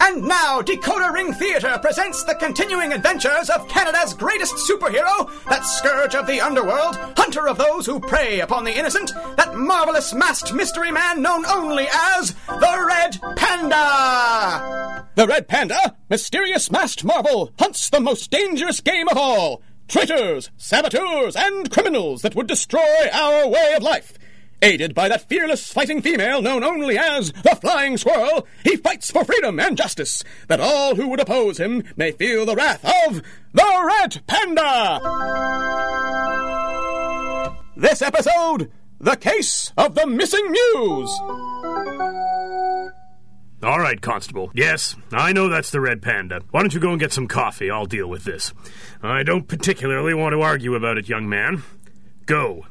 And now, Dakota Ring Theater presents the continuing adventures of Canada's greatest superhero, that scourge of the underworld, hunter of those who prey upon the innocent, that marvelous masked mystery man known only as the Red Panda! The Red Panda, mysterious masked marvel, hunts the most dangerous game of all traitors, saboteurs, and criminals that would destroy our way of life. Aided by that fearless fighting female known only as the Flying Squirrel, he fights for freedom and justice, that all who would oppose him may feel the wrath of the Red Panda! This episode The Case of the Missing Muse! All right, Constable. Yes, I know that's the Red Panda. Why don't you go and get some coffee? I'll deal with this. I don't particularly want to argue about it, young man. Go.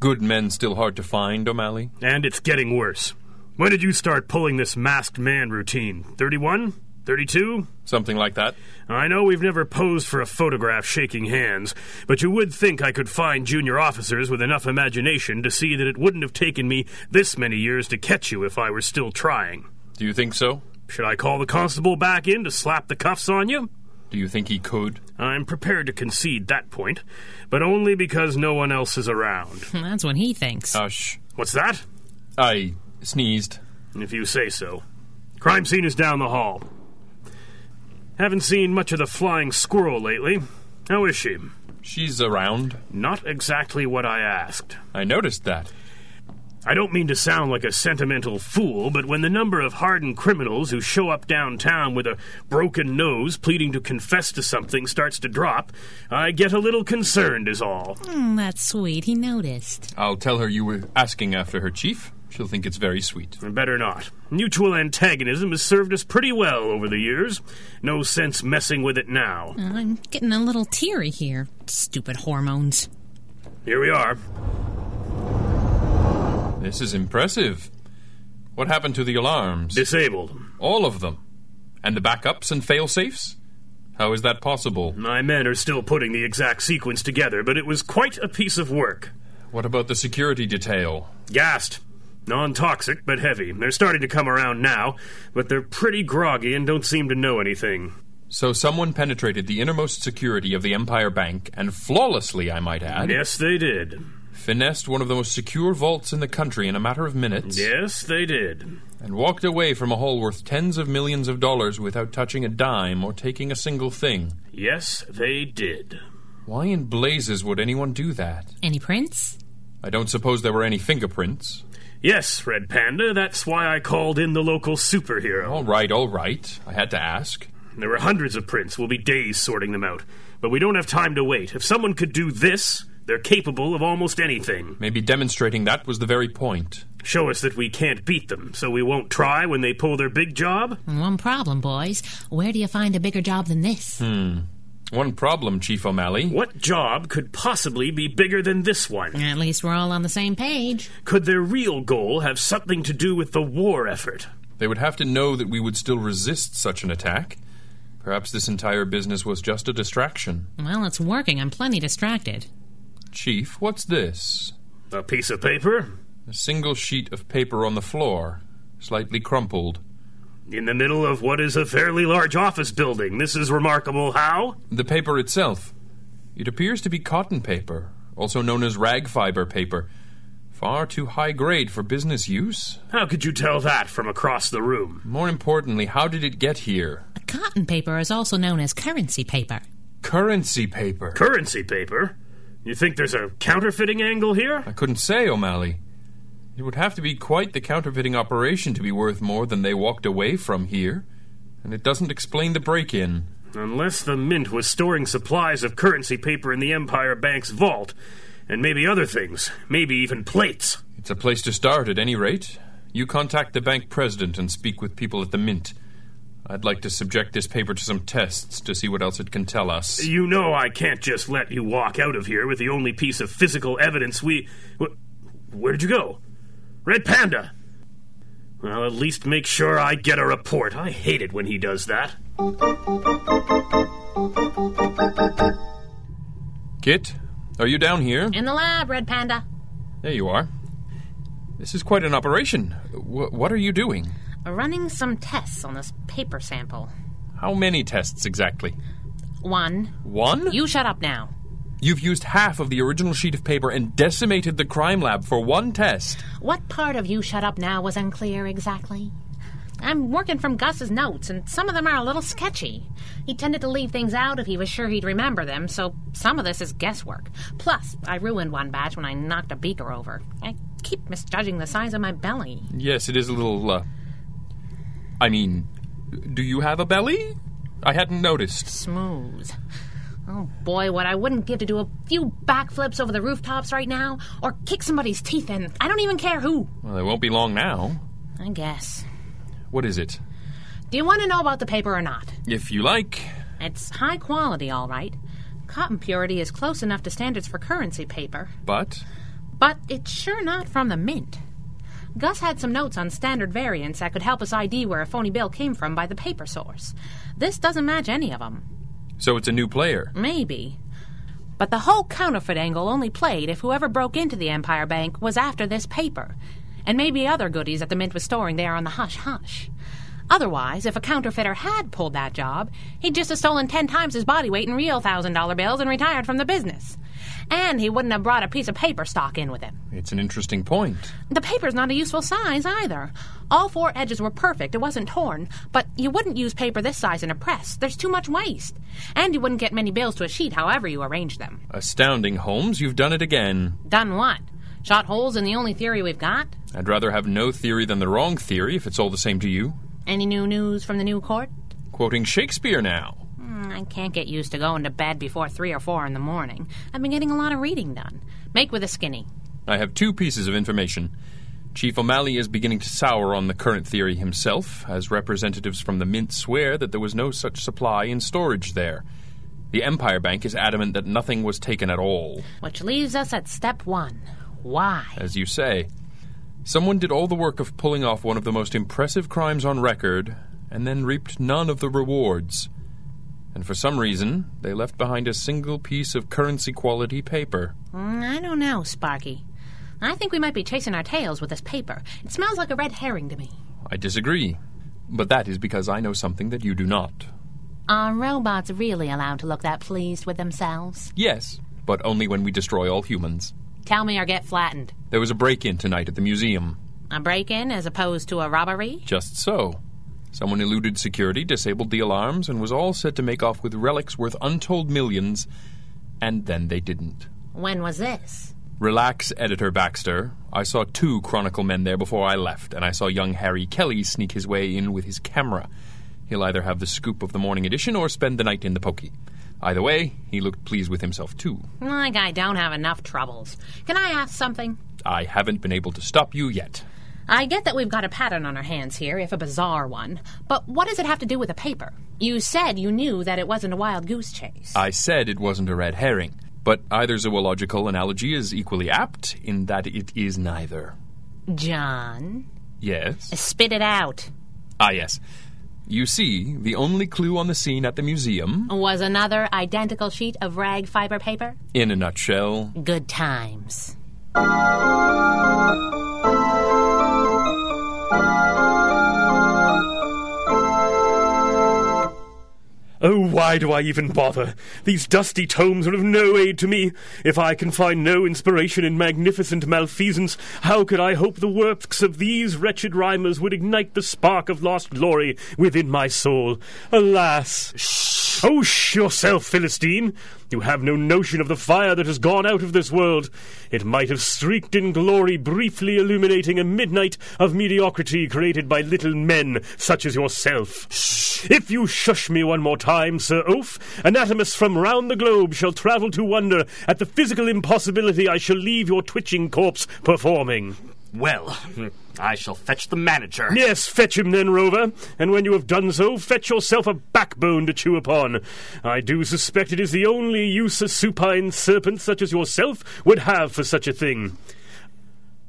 Good men still hard to find, O'Malley? And it's getting worse. When did you start pulling this masked man routine? 31? 32? Something like that. I know we've never posed for a photograph shaking hands, but you would think I could find junior officers with enough imagination to see that it wouldn't have taken me this many years to catch you if I were still trying. Do you think so? Should I call the constable back in to slap the cuffs on you? Do you think he could? I'm prepared to concede that point, but only because no one else is around. That's what he thinks. Hush. What's that? I sneezed. If you say so. Crime scene is down the hall. Haven't seen much of the flying squirrel lately. How is she? She's around. Not exactly what I asked. I noticed that. I don't mean to sound like a sentimental fool, but when the number of hardened criminals who show up downtown with a broken nose pleading to confess to something starts to drop, I get a little concerned, is all. Mm, that's sweet. He noticed. I'll tell her you were asking after her, Chief. She'll think it's very sweet. Better not. Mutual antagonism has served us pretty well over the years. No sense messing with it now. Uh, I'm getting a little teary here. Stupid hormones. Here we are. This is impressive. What happened to the alarms? Disabled. All of them. And the backups and failsafes? How is that possible? My men are still putting the exact sequence together, but it was quite a piece of work. What about the security detail? Gassed. Non toxic, but heavy. They're starting to come around now, but they're pretty groggy and don't seem to know anything. So someone penetrated the innermost security of the Empire Bank, and flawlessly, I might add. Yes, they did finessed one of the most secure vaults in the country in a matter of minutes. Yes, they did. And walked away from a haul worth tens of millions of dollars without touching a dime or taking a single thing. Yes, they did. Why in blazes would anyone do that? Any prints? I don't suppose there were any fingerprints. Yes, Red Panda, that's why I called in the local superhero. All right, all right. I had to ask. There were hundreds of prints. We'll be days sorting them out. But we don't have time to wait. If someone could do this, they're capable of almost anything. Maybe demonstrating that was the very point. Show us that we can't beat them, so we won't try when they pull their big job? One problem, boys. Where do you find a bigger job than this? Hmm. One problem, Chief O'Malley. What job could possibly be bigger than this one? At least we're all on the same page. Could their real goal have something to do with the war effort? They would have to know that we would still resist such an attack. Perhaps this entire business was just a distraction. Well, it's working. I'm plenty distracted. Chief, what's this? A piece of paper? A single sheet of paper on the floor, slightly crumpled. In the middle of what is a fairly large office building. This is remarkable. How? The paper itself. It appears to be cotton paper, also known as rag fiber paper. Far too high grade for business use. How could you tell that from across the room? More importantly, how did it get here? A cotton paper is also known as currency paper. Currency paper? Currency paper? You think there's a counterfeiting angle here? I couldn't say, O'Malley. It would have to be quite the counterfeiting operation to be worth more than they walked away from here, and it doesn't explain the break in. Unless the mint was storing supplies of currency paper in the Empire Bank's vault, and maybe other things, maybe even plates. It's a place to start, at any rate. You contact the bank president and speak with people at the mint. I'd like to subject this paper to some tests to see what else it can tell us. You know I can't just let you walk out of here with the only piece of physical evidence we. Wh- Where did you go? Red Panda! Well, at least make sure I get a report. I hate it when he does that. Kit, are you down here? In the lab, Red Panda. There you are. This is quite an operation. W- what are you doing? Running some tests on this paper sample. How many tests exactly? One. One? You shut up now. You've used half of the original sheet of paper and decimated the crime lab for one test. What part of you shut up now was unclear exactly? I'm working from Gus's notes, and some of them are a little sketchy. He tended to leave things out if he was sure he'd remember them, so some of this is guesswork. Plus, I ruined one batch when I knocked a beaker over. I keep misjudging the size of my belly. Yes, it is a little, uh. I mean, do you have a belly? I hadn't noticed. Smooth. Oh boy, what I wouldn't give to do a few backflips over the rooftops right now, or kick somebody's teeth in. I don't even care who. Well, it won't be long now. I guess. What is it? Do you want to know about the paper or not? If you like. It's high quality, all right. Cotton purity is close enough to standards for currency paper, But. but it's sure not from the mint. Gus had some notes on standard variants that could help us ID where a phony bill came from by the paper source. This doesn't match any of them. So it's a new player. Maybe. But the whole counterfeit angle only played if whoever broke into the Empire Bank was after this paper, and maybe other goodies that the mint was storing there on the hush hush. Otherwise, if a counterfeiter had pulled that job, he'd just have stolen ten times his body weight in real thousand dollar bills and retired from the business. And he wouldn't have brought a piece of paper stock in with him. It's an interesting point. The paper's not a useful size either. All four edges were perfect, it wasn't torn, but you wouldn't use paper this size in a press. There's too much waste. And you wouldn't get many bills to a sheet however you arrange them. Astounding, Holmes. You've done it again. Done what? Shot holes in the only theory we've got? I'd rather have no theory than the wrong theory if it's all the same to you. Any new news from the new court? Mm, Quoting Shakespeare now. I can't get used to going to bed before three or four in the morning. I've been getting a lot of reading done. Make with a skinny. I have two pieces of information. Chief O'Malley is beginning to sour on the current theory himself, as representatives from the Mint swear that there was no such supply and storage there. The Empire Bank is adamant that nothing was taken at all. Which leaves us at step one. Why? As you say, someone did all the work of pulling off one of the most impressive crimes on record, and then reaped none of the rewards. And for some reason, they left behind a single piece of currency quality paper. Mm, I don't know, Sparky. I think we might be chasing our tails with this paper. It smells like a red herring to me. I disagree, but that is because I know something that you do not. Are robots really allowed to look that pleased with themselves? Yes, but only when we destroy all humans. Tell me or get flattened. There was a break in tonight at the museum. A break in as opposed to a robbery? Just so. Someone eluded security, disabled the alarms, and was all set to make off with relics worth untold millions, and then they didn't. When was this? Relax, Editor Baxter. I saw two Chronicle men there before I left, and I saw young Harry Kelly sneak his way in with his camera. He'll either have the scoop of the morning edition or spend the night in the pokey. Either way, he looked pleased with himself, too. Like I don't have enough troubles. Can I ask something? I haven't been able to stop you yet. I get that we've got a pattern on our hands here, if a bizarre one, but what does it have to do with the paper? You said you knew that it wasn't a wild goose chase. I said it wasn't a red herring, but either zoological analogy is equally apt in that it is neither. John? Yes? Spit it out. Ah, yes. You see, the only clue on the scene at the museum, Was another identical sheet of rag fiber paper? in a nutshell, Good times. Oh, why do I even bother? These dusty tomes are of no aid to me. If I can find no inspiration in magnificent malfeasance, how could I hope the works of these wretched rhymers would ignite the spark of lost glory within my soul? Alas! Shh! Oh, shh yourself, Philistine! You have no notion of the fire that has gone out of this world. It might have streaked in glory, briefly illuminating a midnight of mediocrity created by little men such as yourself. If you shush me one more time, Sir Oaf, anatomists from round the globe shall travel to wonder at the physical impossibility I shall leave your twitching corpse performing. Well, I shall fetch the manager. Yes, fetch him then, Rover, and when you have done so, fetch yourself a backbone to chew upon. I do suspect it is the only use a supine serpent such as yourself would have for such a thing.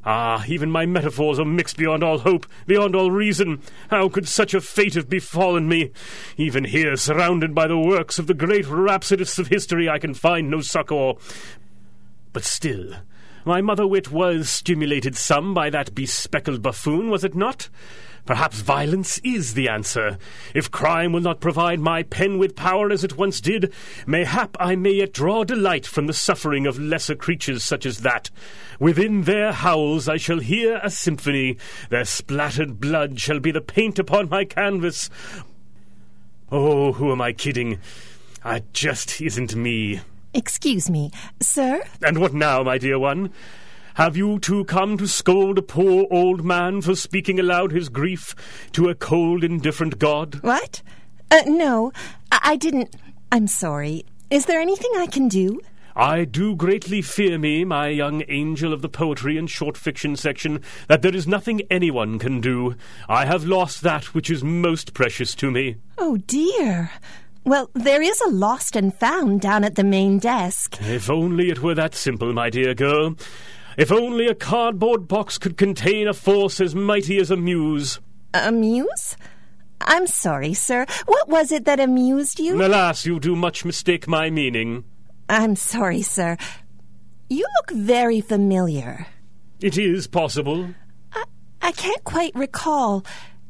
Ah, even my metaphors are mixed beyond all hope, beyond all reason. How could such a fate have befallen me? Even here, surrounded by the works of the great rhapsodists of history, I can find no succour. But still, my mother wit was stimulated some by that bespectacled buffoon, was it not? Perhaps violence is the answer. If crime will not provide my pen with power as it once did, mayhap I may yet draw delight from the suffering of lesser creatures such as that. Within their howls I shall hear a symphony, their splattered blood shall be the paint upon my canvas. Oh, who am I kidding? I just isn't me. Excuse me, sir? And what now, my dear one? Have you too come to scold a poor old man for speaking aloud his grief to a cold, indifferent god? What? Uh, no, I-, I didn't. I'm sorry. Is there anything I can do? I do greatly fear me, my young angel of the poetry and short fiction section, that there is nothing anyone can do. I have lost that which is most precious to me. Oh dear. Well, there is a lost and found down at the main desk. If only it were that simple, my dear girl. If only a cardboard box could contain a force as mighty as a muse. Amuse? I'm sorry, sir. What was it that amused you? Alas, you do much mistake my meaning. I'm sorry, sir. You look very familiar. It is possible. I, I can't quite recall.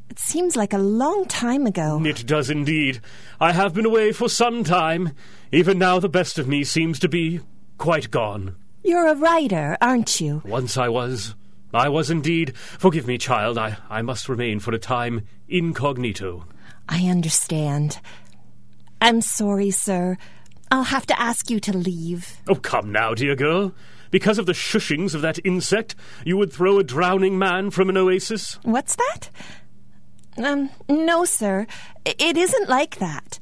It seems like a long time ago. It does indeed. I have been away for some time. Even now, the best of me seems to be quite gone. You're a writer, aren't you? Once I was. I was indeed. Forgive me, child. I, I must remain for a time incognito. I understand. I'm sorry, sir. I'll have to ask you to leave. Oh, come now, dear girl. Because of the shushings of that insect, you would throw a drowning man from an oasis? What's that? Um, no, sir. I- It isn't like that.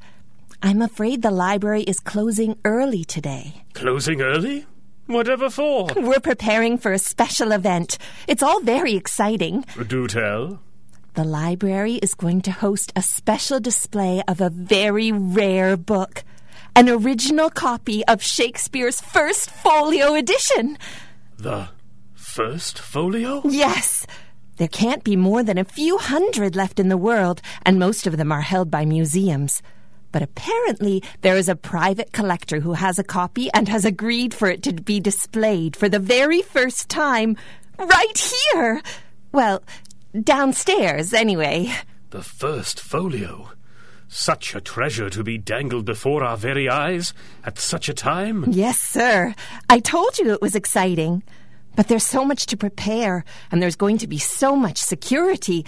I'm afraid the library is closing early today. Closing early? Whatever for? We're preparing for a special event. It's all very exciting. Do tell. The library is going to host a special display of a very rare book an original copy of Shakespeare's first folio edition. The first folio? Yes. There can't be more than a few hundred left in the world, and most of them are held by museums. But apparently, there is a private collector who has a copy and has agreed for it to be displayed for the very first time right here. Well, downstairs, anyway. The first folio. Such a treasure to be dangled before our very eyes at such a time. Yes, sir. I told you it was exciting. But there's so much to prepare, and there's going to be so much security.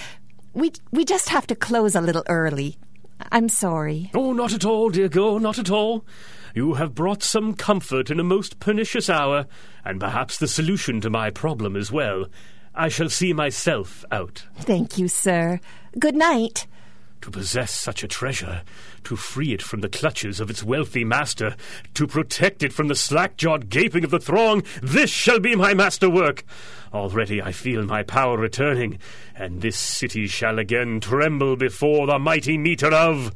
We, we just have to close a little early. I'm sorry. Oh, not at all, dear girl, not at all. You have brought some comfort in a most pernicious hour, and perhaps the solution to my problem as well. I shall see myself out. Thank you, sir. Good night. To possess such a treasure, to free it from the clutches of its wealthy master, to protect it from the slack jawed gaping of the throng, this shall be my masterwork. Already I feel my power returning, and this city shall again tremble before the mighty meter of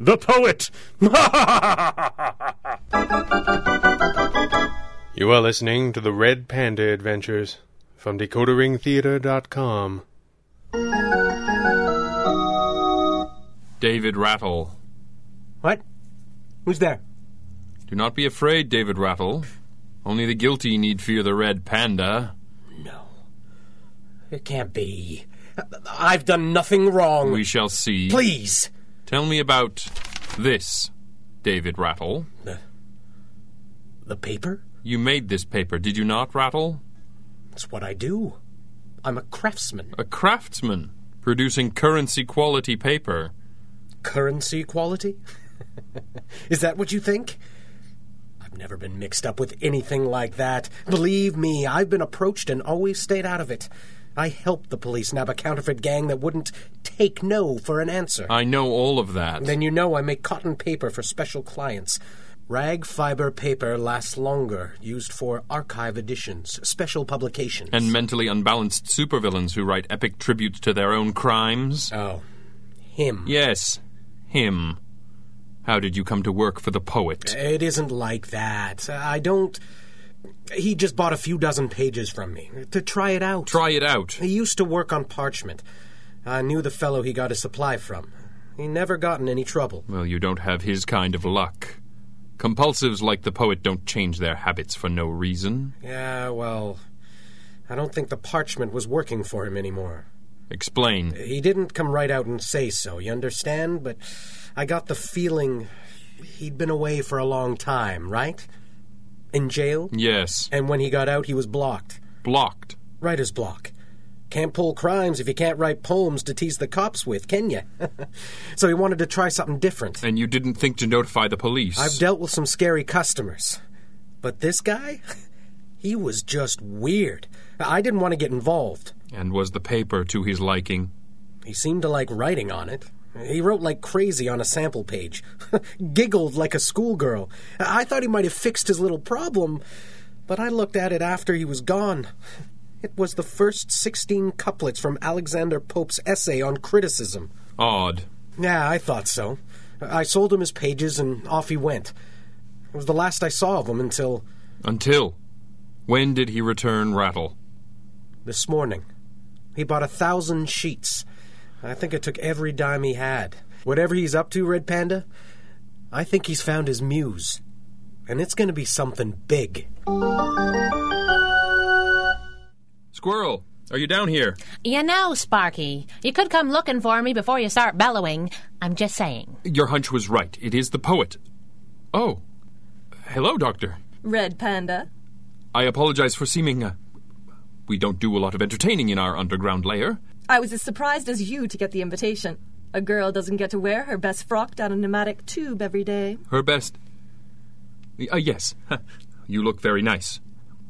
the poet. You are listening to the Red Panda Adventures from DecoderingTheater.com. David Rattle. What? Who's there? Do not be afraid, David Rattle. Only the guilty need fear the red panda. It can't be. I've done nothing wrong. We shall see. Please. Tell me about this, David Rattle. The paper? You made this paper, did you not, Rattle? It's what I do. I'm a craftsman. A craftsman producing currency quality paper. Currency quality? Is that what you think? I've never been mixed up with anything like that. Believe me, I've been approached and always stayed out of it. I helped the police nab a counterfeit gang that wouldn't take no for an answer. I know all of that. Then you know I make cotton paper for special clients. Rag fiber paper lasts longer, used for archive editions, special publications. And mentally unbalanced supervillains who write epic tributes to their own crimes? Oh, him. Yes, him. How did you come to work for the poet? It isn't like that. I don't. He just bought a few dozen pages from me to try it out. Try it out. He used to work on parchment. I knew the fellow he got his supply from. He never got in any trouble. Well, you don't have his kind of luck. Compulsives like the poet don't change their habits for no reason. Yeah, well, I don't think the parchment was working for him anymore. Explain. He didn't come right out and say so, you understand? But I got the feeling he'd been away for a long time, right? In jail? Yes. And when he got out, he was blocked. Blocked. Writer's block. Can't pull crimes if you can't write poems to tease the cops with, can you? so he wanted to try something different. And you didn't think to notify the police. I've dealt with some scary customers. But this guy? He was just weird. I didn't want to get involved. and was the paper to his liking? He seemed to like writing on it. He wrote like crazy on a sample page, giggled like a schoolgirl. I thought he might have fixed his little problem, but I looked at it after he was gone. It was the first 16 couplets from Alexander Pope's essay on criticism. Odd. Yeah, I thought so. I sold him his pages and off he went. It was the last I saw of him until Until. When did he return rattle? this morning. He bought a thousand sheets. I think I took every dime he had. Whatever he's up to, Red Panda, I think he's found his muse. And it's going to be something big. Squirrel, are you down here? You know, Sparky, you could come looking for me before you start bellowing. I'm just saying. Your hunch was right. It is the poet. Oh. Hello, Doctor. Red Panda. I apologize for seeming. Uh, we don't do a lot of entertaining in our underground lair. I was as surprised as you to get the invitation. A girl doesn't get to wear her best frock down a pneumatic tube every day. Her best. Uh, yes. you look very nice.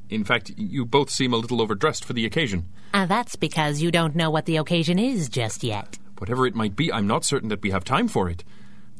In fact, you both seem a little overdressed for the occasion. And Ah, that's because you don't know what the occasion is just yet. Whatever it might be, I'm not certain that we have time for it.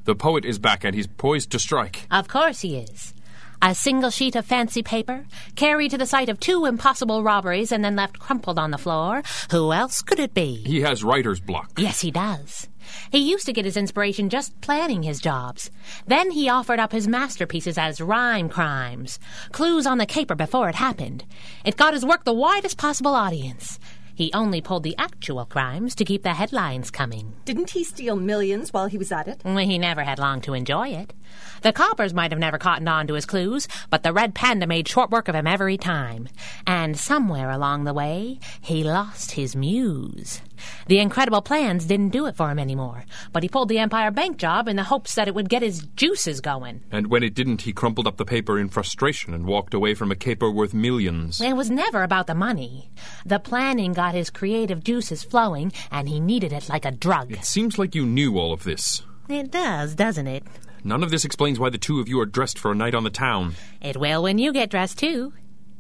The poet is back and he's poised to strike. Of course he is. A single sheet of fancy paper, carried to the site of two impossible robberies and then left crumpled on the floor. Who else could it be? He has writer's block. Yes, he does. He used to get his inspiration just planning his jobs. Then he offered up his masterpieces as rhyme crimes, clues on the caper before it happened. It got his work the widest possible audience. He only pulled the actual crimes to keep the headlines coming. Didn't he steal millions while he was at it? Well, he never had long to enjoy it. The coppers might have never cottoned on to his clues, but the red panda made short work of him every time. And somewhere along the way, he lost his muse. The incredible plans didn't do it for him anymore, but he pulled the Empire Bank job in the hopes that it would get his juices going. And when it didn't, he crumpled up the paper in frustration and walked away from a caper worth millions. It was never about the money. The planning got his creative juices flowing, and he needed it like a drug. It seems like you knew all of this. It does, doesn't it? None of this explains why the two of you are dressed for a night on the town. It will when you get dressed, too.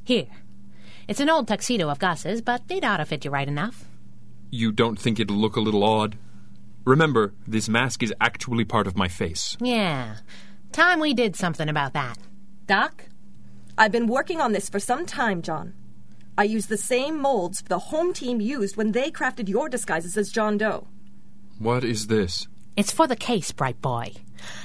Here. It's an old tuxedo of Gus's, but it ought to fit you right enough. You don't think it'll look a little odd? Remember, this mask is actually part of my face. Yeah. Time we did something about that. Doc? I've been working on this for some time, John. I used the same molds the home team used when they crafted your disguises as John Doe. What is this? It's for the case, bright boy.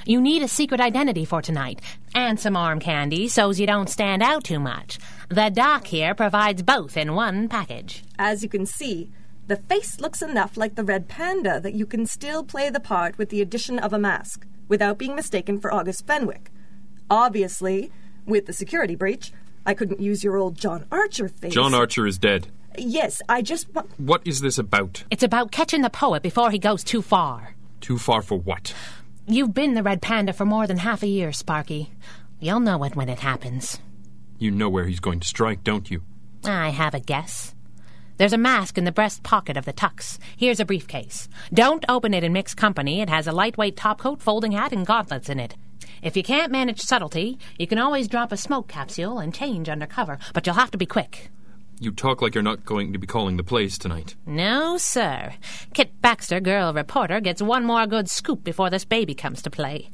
You need a secret identity for tonight, and some arm candy so's you don't stand out too much. The doc here provides both in one package. As you can see, the face looks enough like the red panda that you can still play the part with the addition of a mask without being mistaken for August Fenwick. Obviously, with the security breach, I couldn't use your old John Archer face. John Archer is dead. Yes, I just want. What is this about? It's about catching the poet before he goes too far. Too far for what? You've been the Red Panda for more than half a year, Sparky. You'll know it when it happens. You know where he's going to strike, don't you? I have a guess. There's a mask in the breast pocket of the tux. Here's a briefcase. Don't open it in mixed company. It has a lightweight topcoat, folding hat, and gauntlets in it. If you can't manage subtlety, you can always drop a smoke capsule and change under cover, but you'll have to be quick. You talk like you're not going to be calling the plays tonight. No, sir. Kit Baxter, girl reporter, gets one more good scoop before this baby comes to play.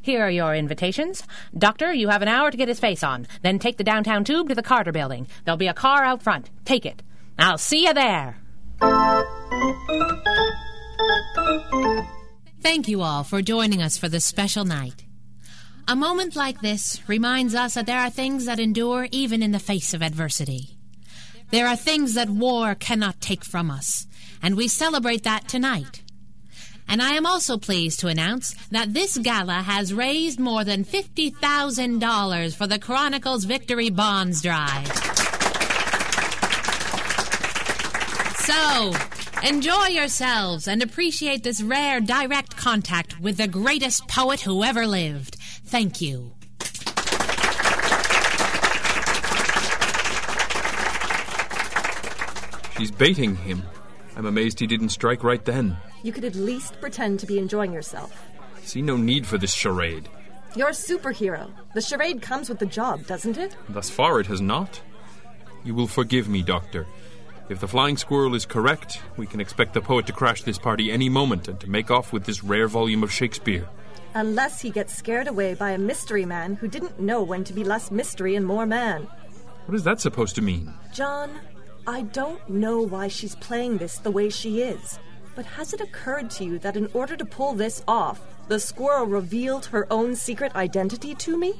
Here are your invitations. Doctor, you have an hour to get his face on. Then take the downtown tube to the Carter building. There'll be a car out front. Take it. I'll see you there. Thank you all for joining us for this special night. A moment like this reminds us that there are things that endure even in the face of adversity. There are things that war cannot take from us, and we celebrate that tonight. And I am also pleased to announce that this gala has raised more than $50,000 for the Chronicles Victory Bonds Drive. So, enjoy yourselves and appreciate this rare direct contact with the greatest poet who ever lived. Thank you. She's baiting him. I'm amazed he didn't strike right then. You could at least pretend to be enjoying yourself. See no need for this charade. You're a superhero. The charade comes with the job, doesn't it? Thus far, it has not. You will forgive me, Doctor. If the flying squirrel is correct, we can expect the poet to crash this party any moment and to make off with this rare volume of Shakespeare. Unless he gets scared away by a mystery man who didn't know when to be less mystery and more man. What is that supposed to mean? John, I don't know why she's playing this the way she is, but has it occurred to you that in order to pull this off, the squirrel revealed her own secret identity to me?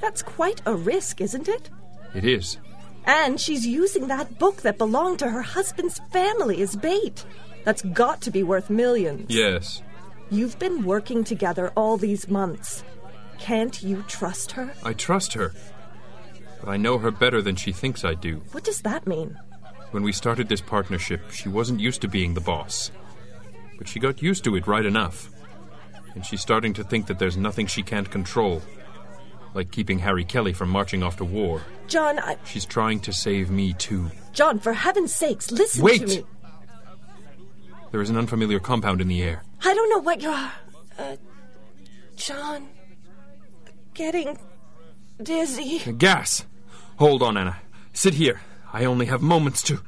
That's quite a risk, isn't it? It is. And she's using that book that belonged to her husband's family as bait. That's got to be worth millions. Yes. You've been working together all these months. Can't you trust her? I trust her. But I know her better than she thinks I do. What does that mean? When we started this partnership, she wasn't used to being the boss. But she got used to it right enough. And she's starting to think that there's nothing she can't control. Like keeping Harry Kelly from marching off to war. John, I. She's trying to save me, too. John, for heaven's sakes, listen Wait! to me. There is an unfamiliar compound in the air. I don't know what you're. Uh, John. Getting dizzy. Gas! Hold on, Anna. Sit here. I only have moments to.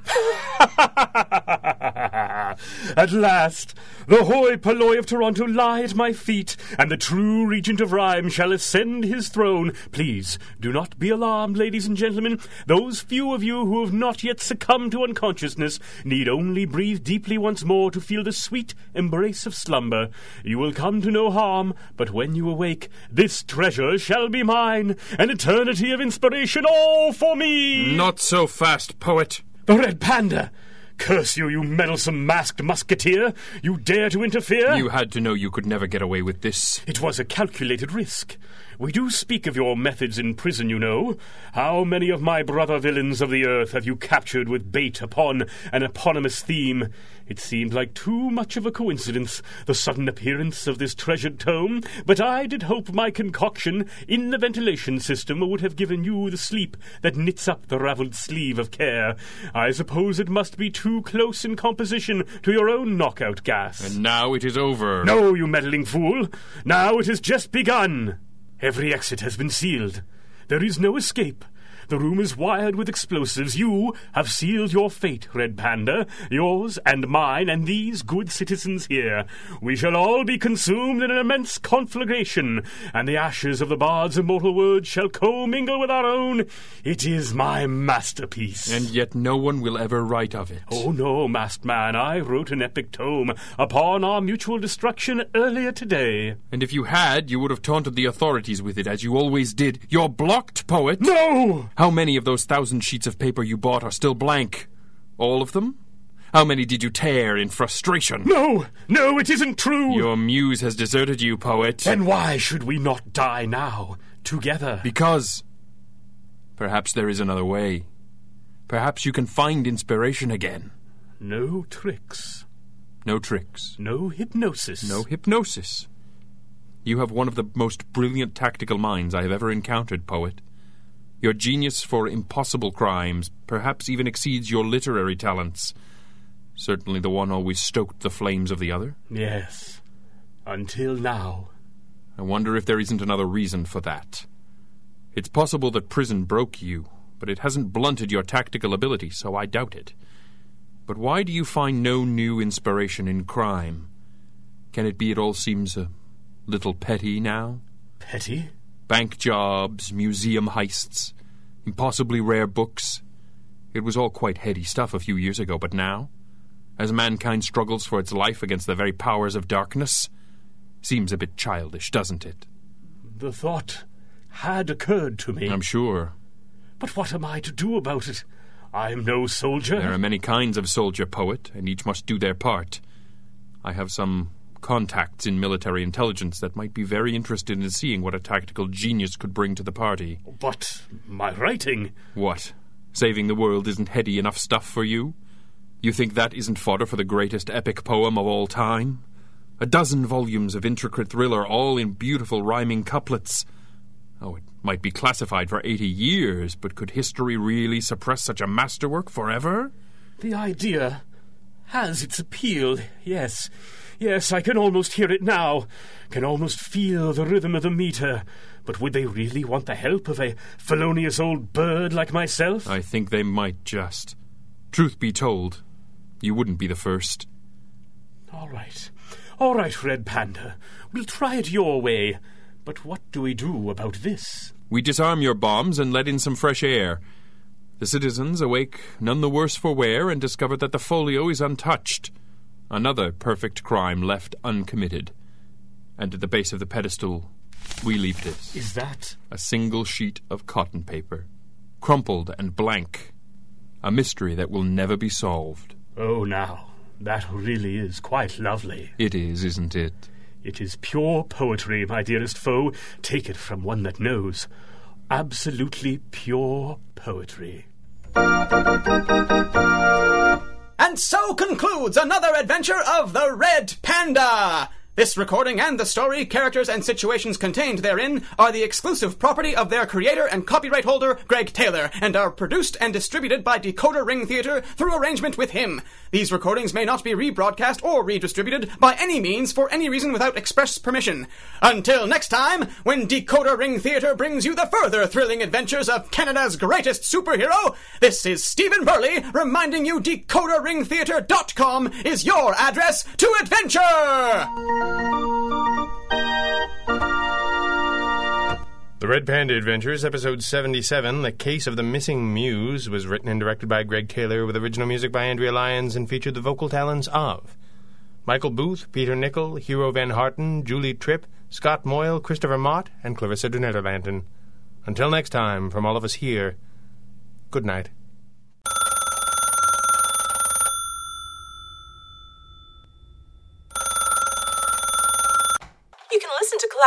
At last, the hoi polloi of Toronto lie at my feet, and the true regent of rhyme shall ascend his throne. Please, do not be alarmed, ladies and gentlemen. Those few of you who have not yet succumbed to unconsciousness need only breathe deeply once more to feel the sweet embrace of slumber. You will come to no harm, but when you awake, this treasure shall be mine, an eternity of inspiration all for me. Not so fast, poet. The Red Panda! Curse you, you meddlesome masked musketeer! You dare to interfere? You had to know you could never get away with this. It was a calculated risk. We do speak of your methods in prison, you know. How many of my brother villains of the earth have you captured with bait upon an eponymous theme? It seemed like too much of a coincidence, the sudden appearance of this treasured tome, but I did hope my concoction in the ventilation system would have given you the sleep that knits up the ravelled sleeve of care. I suppose it must be too close in composition to your own knockout gas. And now it is over. No, you meddling fool! Now it has just begun! Every exit has been sealed. There is no escape. The room is wired with explosives. You have sealed your fate, Red Panda, yours and mine, and these good citizens here. We shall all be consumed in an immense conflagration, and the ashes of the bard's immortal words shall commingle with our own. It is my masterpiece. And yet no one will ever write of it. Oh no, masked man, I wrote an epic tome upon our mutual destruction earlier today. And if you had, you would have taunted the authorities with it, as you always did. You're blocked, poet! No! How many of those thousand sheets of paper you bought are still blank? All of them? How many did you tear in frustration? No! No, it isn't true! Your muse has deserted you, poet. Then why should we not die now, together? Because. Perhaps there is another way. Perhaps you can find inspiration again. no tricks, No tricks. no hypnosis. No hypnosis. You have one of the most brilliant tactical minds I have ever encountered, poet. Your genius for impossible crimes perhaps even exceeds your literary talents. Certainly the one always stoked the flames of the other. Yes, until now. I wonder if there isn't another reason for that. It's possible that prison broke you, but it hasn't blunted your tactical ability, so I doubt it. But why do you find no new inspiration in crime? Can it be it all seems a little petty now? Petty? Bank jobs, museum heists, impossibly rare books. It was all quite heady stuff a few years ago, but now, as mankind struggles for its life against the very powers of darkness, seems a bit childish, doesn't it? The thought had occurred to me. I'm sure. But what am I to do about it? I'm no soldier. There are many kinds of soldier poet, and each must do their part. I have some contacts in military intelligence that might be very interested in seeing what a tactical genius could bring to the party. But my writing. What? Saving the world isn't heady enough stuff for you? You think that isn't fodder for the greatest epic poem of all time? A dozen volumes of intricate thriller, all in beautiful rhyming couplets. Oh, it might be classified for eighty years, but could history really suppress such a masterwork forever? The idea has its appeal, yes. Yes, I can almost hear it now, can almost feel the rhythm of the meter. But would they really want the help of a felonious old bird like myself? I think they might just. Truth be told, you wouldn't be the first. All right. All right, Red Panda. We'll try it your way. But what do we do about this? We disarm your bombs and let in some fresh air. The citizens awake none the worse for wear and discover that the folio is untouched. Another perfect crime left uncommitted. And at the base of the pedestal, we leave this Is that. a single sheet of cotton paper, crumpled and blank, a mystery that will never be solved. Oh, now. That really is quite lovely. It is, isn't it? It is pure poetry, my dearest foe. Take it from one that knows. Absolutely pure poetry. And so concludes another adventure of the Red Panda! This recording and the story, characters, and situations contained therein are the exclusive property of their creator and copyright holder, Greg Taylor, and are produced and distributed by Decoder Ring Theater through arrangement with him. These recordings may not be rebroadcast or redistributed by any means for any reason without express permission. Until next time, when Decoder Ring Theater brings you the further thrilling adventures of Canada's greatest superhero, this is Stephen Burley reminding you DecoderRingTheater.com is your address to adventure! The Red Panda Adventures, episode 77, The Case of the Missing Muse, was written and directed by Greg Taylor with original music by Andrea Lyons and featured the vocal talents of Michael Booth, Peter Nickel, Hero Van Harten, Julie Tripp, Scott Moyle, Christopher Mott, and Clarissa de Nederlanden. Until next time, from all of us here, good night. You can listen to